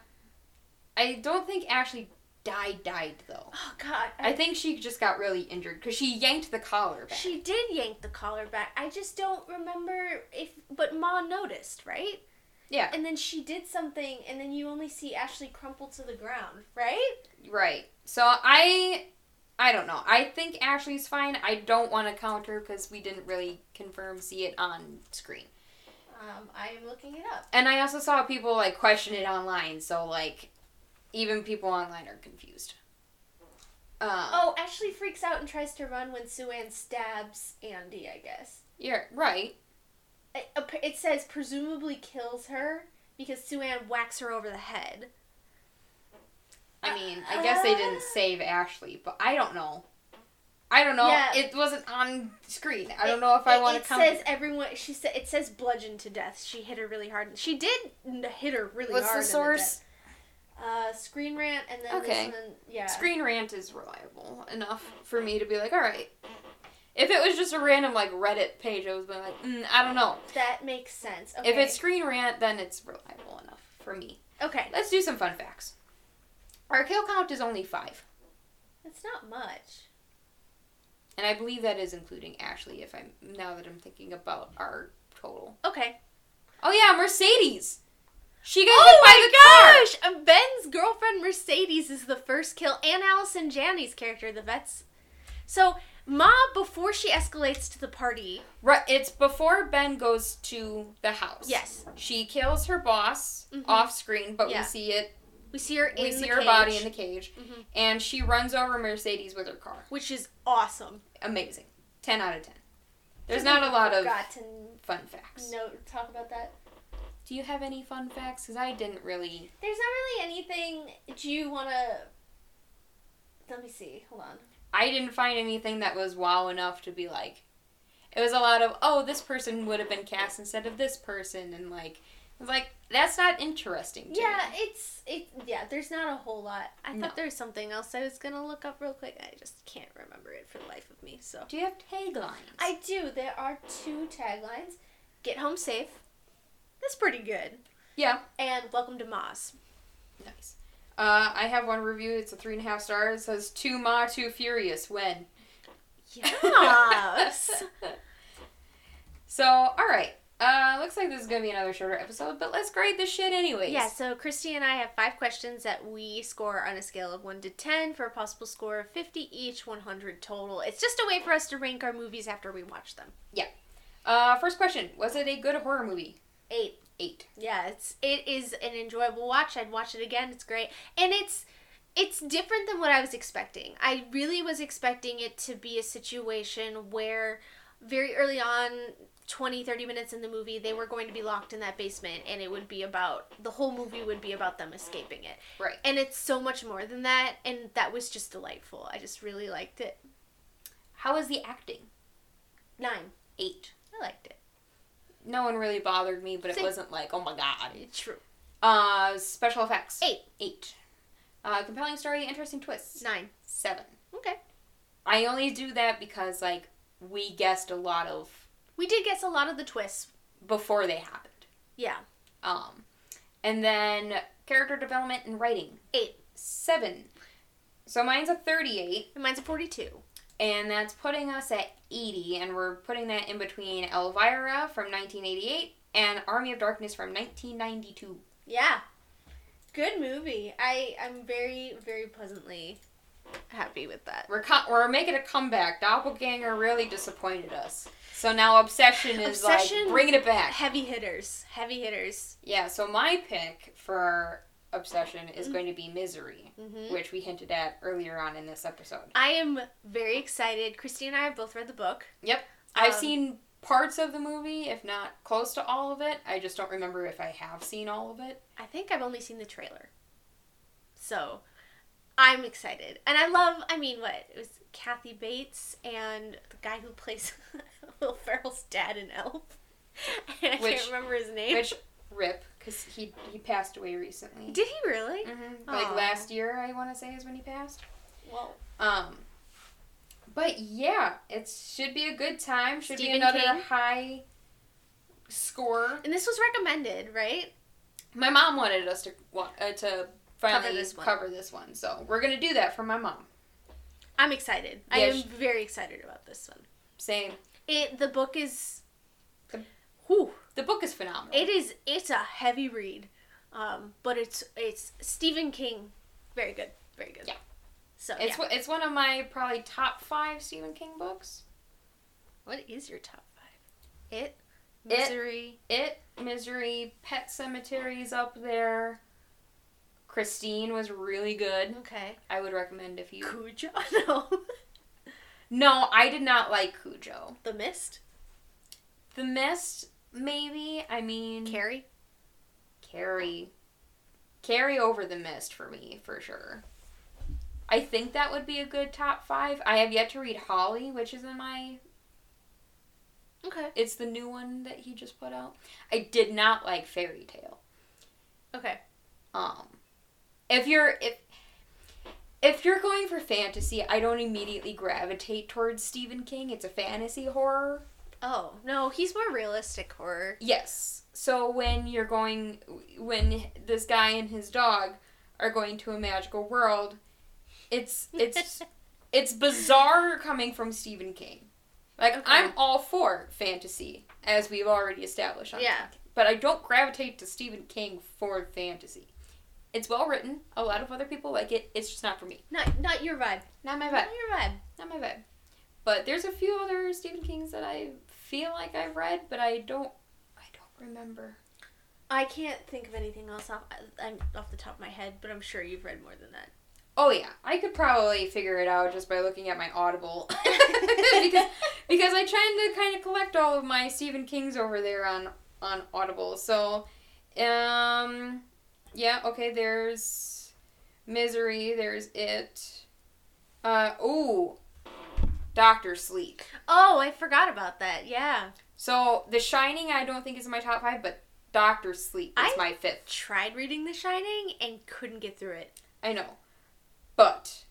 Speaker 1: I don't think Ashley died died though.
Speaker 2: Oh God,
Speaker 1: I think she just got really injured because she yanked the collar back.
Speaker 2: she did yank the collar back. I just don't remember if, but Ma noticed, right?
Speaker 1: Yeah.
Speaker 2: And then she did something, and then you only see Ashley crumple to the ground, right?
Speaker 1: right. So I I don't know. I think Ashley's fine. I don't want to count her because we didn't really confirm see it on screen.
Speaker 2: Um, I am looking it up.
Speaker 1: And I also saw people like question it online, so like even people online are confused. Um,
Speaker 2: Oh, Ashley freaks out and tries to run when Sue Ann stabs Andy. I guess.
Speaker 1: you're right.
Speaker 2: It, it says presumably kills her because Sue Ann whacks her over the head. Uh,
Speaker 1: I mean, I guess they didn't save Ashley, but I don't know. I don't know.
Speaker 2: Yeah.
Speaker 1: It wasn't on screen. I don't
Speaker 2: It-
Speaker 1: know if I
Speaker 2: it-
Speaker 1: want
Speaker 2: It
Speaker 1: to come.
Speaker 2: says everyone. She said it says bludgeoned to death. She hit her really hard. She did n- hit her really
Speaker 1: What's
Speaker 2: hard.
Speaker 1: the
Speaker 2: in
Speaker 1: source?
Speaker 2: death. Uh, Screen Rant, and then
Speaker 1: Okay.
Speaker 2: this one. Yeah.
Speaker 1: Screen Rant is reliable enough for me to be like, all right. If it was just a random like Reddit page, I was been like, mm, I don't know.
Speaker 2: That makes sense. Okay.
Speaker 1: If it's Screen Rant, then it's reliable enough for me.
Speaker 2: okay,
Speaker 1: Let's do some fun facts. Our kill count is only five,
Speaker 2: it's not much.
Speaker 1: and I believe that is including Ashley. If I'm now that I'm thinking about our total.
Speaker 2: Okay.
Speaker 1: Oh yeah, Mercedes. She got hit
Speaker 2: Oh
Speaker 1: by the car.
Speaker 2: my gosh! Uh, Ben's girlfriend Mercedes is the first kill, and Allison Janney's character, the vets. So Ma, before she escalates to the party,
Speaker 1: Right, it's before Ben goes to the house.
Speaker 2: Yes.
Speaker 1: She kills her boss
Speaker 2: Mhm.
Speaker 1: off screen, but
Speaker 2: Yeah.
Speaker 1: we see it.
Speaker 2: we see her in
Speaker 1: we
Speaker 2: the
Speaker 1: see her body
Speaker 2: cage,
Speaker 1: in the cage,
Speaker 2: Mhm.
Speaker 1: and she runs over Mercedes with her car.
Speaker 2: which is awesome.
Speaker 1: Amazing. Ten out of ten. There's not a lot of
Speaker 2: Got to
Speaker 1: fun facts.
Speaker 2: no talk about that.
Speaker 1: Do you have any fun facts? Because I didn't really.
Speaker 2: There's not really anything. Do you want to? Let me see. Hold on.
Speaker 1: I didn't find anything that was wow enough to be like. It was a lot of oh, this person would have been cast instead of this person, and like, I was like, that's not interesting. To
Speaker 2: Yeah,
Speaker 1: me.
Speaker 2: it's it. Yeah, there's not a whole lot. I
Speaker 1: No.
Speaker 2: thought there was something else I was gonna look up real quick. I just can't remember it for the life of me. So
Speaker 1: Do you have taglines?
Speaker 2: I do. There are two taglines: "Get home safe." That's pretty good.
Speaker 1: yeah.
Speaker 2: And welcome to Moz.
Speaker 1: Nice. Uh, I have one review. It's a three and a half stars. It says too ma too furious when.
Speaker 2: Yes.
Speaker 1: so all right. Uh, looks like this is gonna be another shorter episode, but let's grade this shit anyways.
Speaker 2: Yeah, so Christy and I have five questions that we score on a scale of 1 to 10 for a possible score of 50 each, 100 total. It's just a way for us to rank our movies after we watch them.
Speaker 1: Uh, first question: Was it a good horror movie?
Speaker 2: 8.
Speaker 1: Eight.
Speaker 2: Yeah, it's it is an enjoyable watch. I'd watch it again. It's great. And it's it's different than what I was expecting. I really was expecting it to be a situation where very early on 20 30 minutes in the movie they were going to be locked in that basement and it would be about the whole movie would be about them escaping it
Speaker 1: Right.
Speaker 2: and it's so much more than that and that was just delightful i just really liked it
Speaker 1: How was the acting?
Speaker 2: nine
Speaker 1: Eight.
Speaker 2: i liked it
Speaker 1: No one really bothered me, but it
Speaker 2: Same.
Speaker 1: wasn't like oh my god.
Speaker 2: true
Speaker 1: Uh, special effects.
Speaker 2: Eight.
Speaker 1: Eight. Uh, compelling story, interesting twists.
Speaker 2: nine
Speaker 1: Seven.
Speaker 2: okay
Speaker 1: I only do that because like we guessed a lot of
Speaker 2: we did guess a lot of the twists
Speaker 1: before they happened.
Speaker 2: yeah
Speaker 1: Um, and then character development and writing
Speaker 2: eight
Speaker 1: seven. So mine's a thirty-eight,
Speaker 2: and mine's a 42
Speaker 1: and that's putting us at eighty, and we're putting that in between Elvira from nineteen eighty-eight and Army of Darkness from nineteen ninety-two.
Speaker 2: yeah good movie i i'm very very pleasantly happy with that
Speaker 1: We're co- we're making a comeback. Doppelganger really disappointed us, so now Obsession is
Speaker 2: Obsession-
Speaker 1: like bringing it back.
Speaker 2: heavy hitters heavy hitters
Speaker 1: Yeah, so my pick for Obsession is going to be Misery,
Speaker 2: mm-hmm.
Speaker 1: which we hinted at earlier on in this episode.
Speaker 2: i am very excited christy and i have both read the book
Speaker 1: I've
Speaker 2: Um,
Speaker 1: seen parts of the movie, if not close to all of it. I just don't remember if I have seen all of it.
Speaker 2: I think I've only seen the trailer. So I'm excited. And I love, I mean, what? It was Kathy Bates and the guy who plays Will Ferrell's dad in Elf. And I
Speaker 1: Which-
Speaker 2: can't remember his name.
Speaker 1: Which rip, because he he passed away recently.
Speaker 2: Did he really?
Speaker 1: Mhm. Like
Speaker 2: Aw.
Speaker 1: last year, I want to say is when he passed.
Speaker 2: Well,
Speaker 1: Um, but yeah, it should be a good time. Should
Speaker 2: Stephen
Speaker 1: be another
Speaker 2: King?
Speaker 1: high score.
Speaker 2: and this was recommended, right?
Speaker 1: My mom wanted us to wa- uh, to finally cover
Speaker 2: this
Speaker 1: this,
Speaker 2: one.
Speaker 1: one, so we're gonna do that for my mom.
Speaker 2: I'm excited. I
Speaker 1: Yeah,
Speaker 2: am
Speaker 1: sh-
Speaker 2: very excited about this one.
Speaker 1: Same.
Speaker 2: It the book is
Speaker 1: The-
Speaker 2: whew,
Speaker 1: The book is phenomenal.
Speaker 2: it is it's a heavy read. Um, but it's it's Stephen King. Very good. Very good.
Speaker 1: Yeah.
Speaker 2: So yeah.
Speaker 1: It's wh- it's one of my probably top five Stephen King books.
Speaker 2: What is your top five? It,
Speaker 1: It.
Speaker 2: misery.
Speaker 1: It, Misery, Pet Cemetery's up there. Christine was really good.
Speaker 2: Okay.
Speaker 1: I would recommend if you.
Speaker 2: Cujo. No.
Speaker 1: No, I did not like Cujo.
Speaker 2: the Mist.
Speaker 1: The Mist, maybe. I mean,
Speaker 2: Carrie.
Speaker 1: Carrie. Carrie over The Mist for me, for sure. I think that would be a good top five. I have yet to read Holly, which is in my.
Speaker 2: Okay.
Speaker 1: It's the new one that he just put out. I did not like Fairy Tale.
Speaker 2: Okay.
Speaker 1: Um, if you're if if you're going for fantasy, I don't immediately gravitate towards Stephen King. It's a fantasy horror.
Speaker 2: Oh no, he's more realistic horror.
Speaker 1: Yes. So when you're going, when this guy and his dog are going to a magical world, it's it's it's bizarre coming from Stephen King. Like
Speaker 2: Okay.
Speaker 1: I'm all for fantasy, as we've already established. On
Speaker 2: Yeah.
Speaker 1: King. But I don't gravitate to Stephen King for fantasy. It's well written. A lot of other people like it. It's just not for me.
Speaker 2: Not not your vibe.
Speaker 1: Not my vibe.
Speaker 2: Not your vibe.
Speaker 1: Not my vibe. But there's a few other Stephen Kings that I feel like I've read, but I don't. I don't remember.
Speaker 2: I can't think of anything else off I'm off the top of my head, but I'm sure you've read more than that.
Speaker 1: Oh yeah, I could probably figure it out just by looking at my Audible because because I tend to kind of collect all of my Stephen Kings over there on on Audible. So, um, yeah, okay. There's Misery. There's It. Uh ooh, Doctor Sleep.
Speaker 2: Oh, I forgot about that. Yeah.
Speaker 1: So The Shining, I don't think is in my top five, but Doctor Sleep is
Speaker 2: I-
Speaker 1: my fifth.
Speaker 2: Tried reading The Shining and couldn't get through it.
Speaker 1: I know, but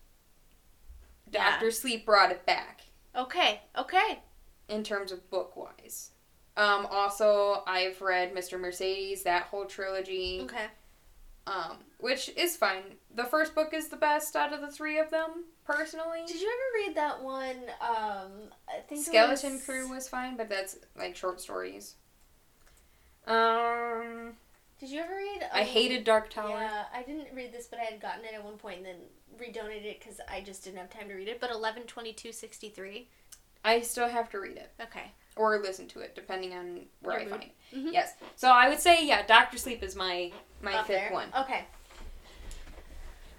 Speaker 2: Yeah.
Speaker 1: Doctor Sleep brought it back.
Speaker 2: Okay. Okay.
Speaker 1: in terms of book wise. Um, also, I've read Mr. Mercedes, that whole trilogy,
Speaker 2: Okay.
Speaker 1: um, which is fine. The first book is the best out of the three of them, personally.
Speaker 2: Did you ever read that one? Um, I think it
Speaker 1: Skeleton
Speaker 2: was-
Speaker 1: Crew was fine, but that's like short stories. Um,
Speaker 2: Did you ever read?
Speaker 1: I
Speaker 2: um,
Speaker 1: hated Dark Tower.
Speaker 2: Yeah, I didn't read this, but I had gotten it at one point and then redonated it because I just didn't have time to read it. But eleven twenty two sixty three.
Speaker 1: I still have to read it
Speaker 2: Okay.
Speaker 1: or listen to it, depending on where
Speaker 2: Your
Speaker 1: I
Speaker 2: mood.
Speaker 1: find it.
Speaker 2: Mhm.
Speaker 1: Yes. So I would say, yeah, Doctor Sleep is my my
Speaker 2: Up
Speaker 1: fifth
Speaker 2: there.
Speaker 1: one
Speaker 2: Okay.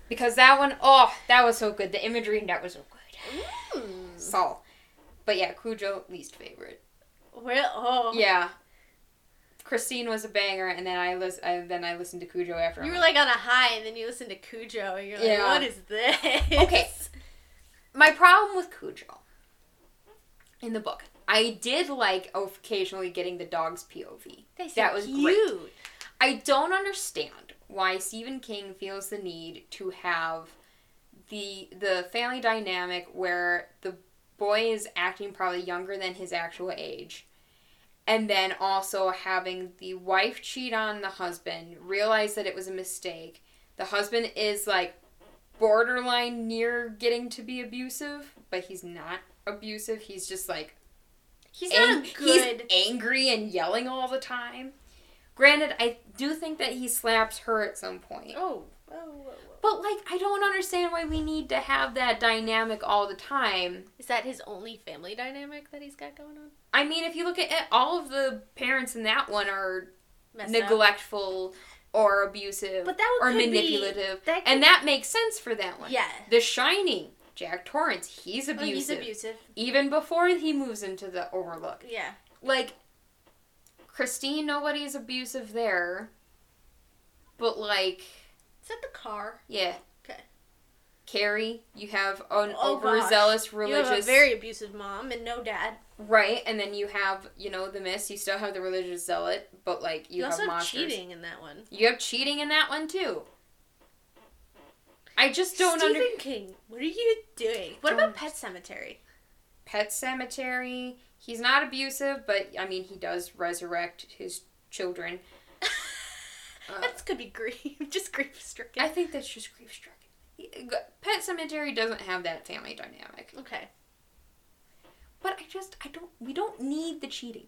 Speaker 1: because that one, oh, that was so good. The imagery in that was so good.
Speaker 2: Mm.
Speaker 1: Saul. But yeah, Cujo least favorite.
Speaker 2: Well, oh.
Speaker 1: Yeah. Christine was a banger, and then I lis- I, then I listened to Cujo after.
Speaker 2: You
Speaker 1: I'm
Speaker 2: were like on a high, and then you listened to Cujo, and you're like,
Speaker 1: Yeah.
Speaker 2: "What is this?"
Speaker 1: Okay. my problem with Cujo in the book, I did like occasionally getting the dog's POV.
Speaker 2: They
Speaker 1: That was great.
Speaker 2: cute.
Speaker 1: I don't understand why Stephen King feels the need to have the the family dynamic where the boy is acting probably younger than his actual age. And then also having the wife cheat on the husband, realize that it was a mistake. The husband is like borderline near getting to be abusive, but he's not abusive. He's just like
Speaker 2: He's not
Speaker 1: ang-
Speaker 2: a good.
Speaker 1: He's angry and yelling all the time. Granted, I do think that he slaps her at some point.
Speaker 2: Oh. Oh, whoa, whoa.
Speaker 1: But like I don't understand why we need to have that dynamic all the time.
Speaker 2: Is that his only family dynamic that he's got going on?
Speaker 1: I mean, if you look at it, all of the parents in that one are
Speaker 2: Messed up.
Speaker 1: neglectful or abusive
Speaker 2: But that
Speaker 1: or
Speaker 2: could be-
Speaker 1: manipulative.
Speaker 2: that could-
Speaker 1: and that makes sense for that one.
Speaker 2: Yeah.
Speaker 1: The Shining, Jack Torrance, he's
Speaker 2: Oh,
Speaker 1: abusive.
Speaker 2: he's abusive.
Speaker 1: Even before he moves into the Overlook.
Speaker 2: Yeah.
Speaker 1: like Christine, nobody's abusive there. But like,
Speaker 2: Is that the car?
Speaker 1: yeah.
Speaker 2: 'Kay.
Speaker 1: Carrie, you have an
Speaker 2: Oh, gosh.
Speaker 1: overzealous
Speaker 2: You have a
Speaker 1: religious
Speaker 2: very abusive mom and no dad.
Speaker 1: right, and then you have you know the miss. You still have the religious zealot, but like you,
Speaker 2: You,
Speaker 1: have
Speaker 2: also have
Speaker 1: monsters.
Speaker 2: cheating in that one.
Speaker 1: You have cheating in that one too. I just don't
Speaker 2: Stephen
Speaker 1: under
Speaker 2: King, what are you doing? What
Speaker 1: Don't-
Speaker 2: about Pet Cemetery?
Speaker 1: Pet Cemetery. He's not abusive, but I mean he does resurrect his children. Uh,
Speaker 2: That could be grief, just grief stricken.
Speaker 1: I think that's just grief struck. Pet Cemetery doesn't have that family dynamic.
Speaker 2: okay.
Speaker 1: But I just I don't we don't need the cheating.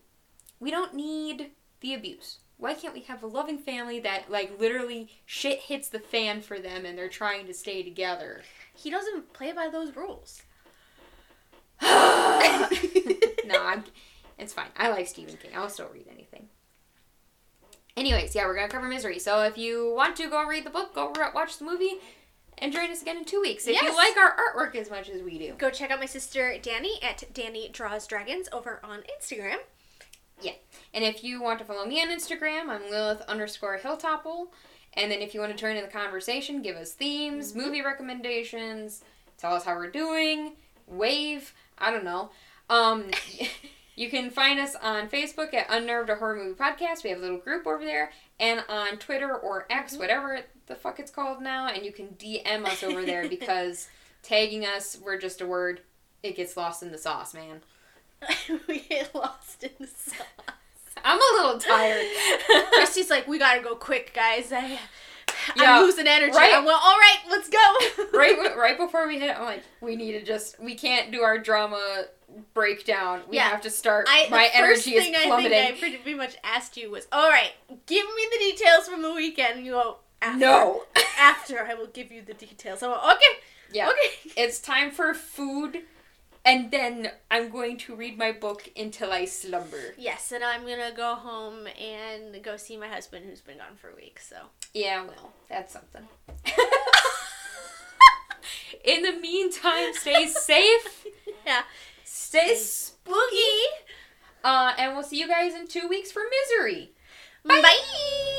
Speaker 1: We don't need the abuse. Why can't we have a loving family that like literally shit hits the fan for them and they're trying to stay together?
Speaker 2: He doesn't play by those rules.
Speaker 1: no, I'm, it's fine. I like Stephen King. I'll still read anything. Anyways, yeah, we're gonna cover Misery. So if you want to go read the book, go re- watch the movie, and join us again in two weeks if you
Speaker 2: Yes.
Speaker 1: like our artwork as much as we do.
Speaker 2: Go check out my sister Danny at Danny Draws Dragons over on Instagram.
Speaker 1: And if you want to follow me on Instagram, I'm Lilith underscore Hilltopple. And then if you want to turn in the conversation, give us themes, movie recommendations, tell us how we're doing, wave, I don't know. Um, you can find us on Facebook at Unnerved a Horror Movie Podcast. We have a little group over there, and on Twitter or X, whatever the fuck it's called now. And you can DM us over there because tagging us, we're just a word. It gets lost in the sauce, man.
Speaker 2: we get lost in the sauce.
Speaker 1: I'm a little tired.
Speaker 2: Christy's like, we gotta go quick, guys. I,
Speaker 1: Yeah,
Speaker 2: I'm losing energy.
Speaker 1: right.
Speaker 2: I'm, well, all right, let's go.
Speaker 1: right w- right before we hit it, I'm like, we need to just we can't do our drama breakdown. We
Speaker 2: Yeah.
Speaker 1: have to start.
Speaker 2: I,
Speaker 1: my
Speaker 2: the first
Speaker 1: energy is
Speaker 2: thing I
Speaker 1: plummeting.
Speaker 2: think I pretty, pretty much asked you was, all right, give me the details from the weekend. And you go, after,
Speaker 1: no.
Speaker 2: After I will give you the details. I went, okay,
Speaker 1: yeah.
Speaker 2: okay.
Speaker 1: It's time for food, and then I'm going to read my book until I slumber.
Speaker 2: Yes, and I'm gonna go home and go see my husband who's been gone for a week. So
Speaker 1: Yeah, well, that's something. In the meantime, stay safe,
Speaker 2: yeah,
Speaker 1: stay spooky, uh, and we'll see you guys in two weeks for misery. Bye.
Speaker 2: bye.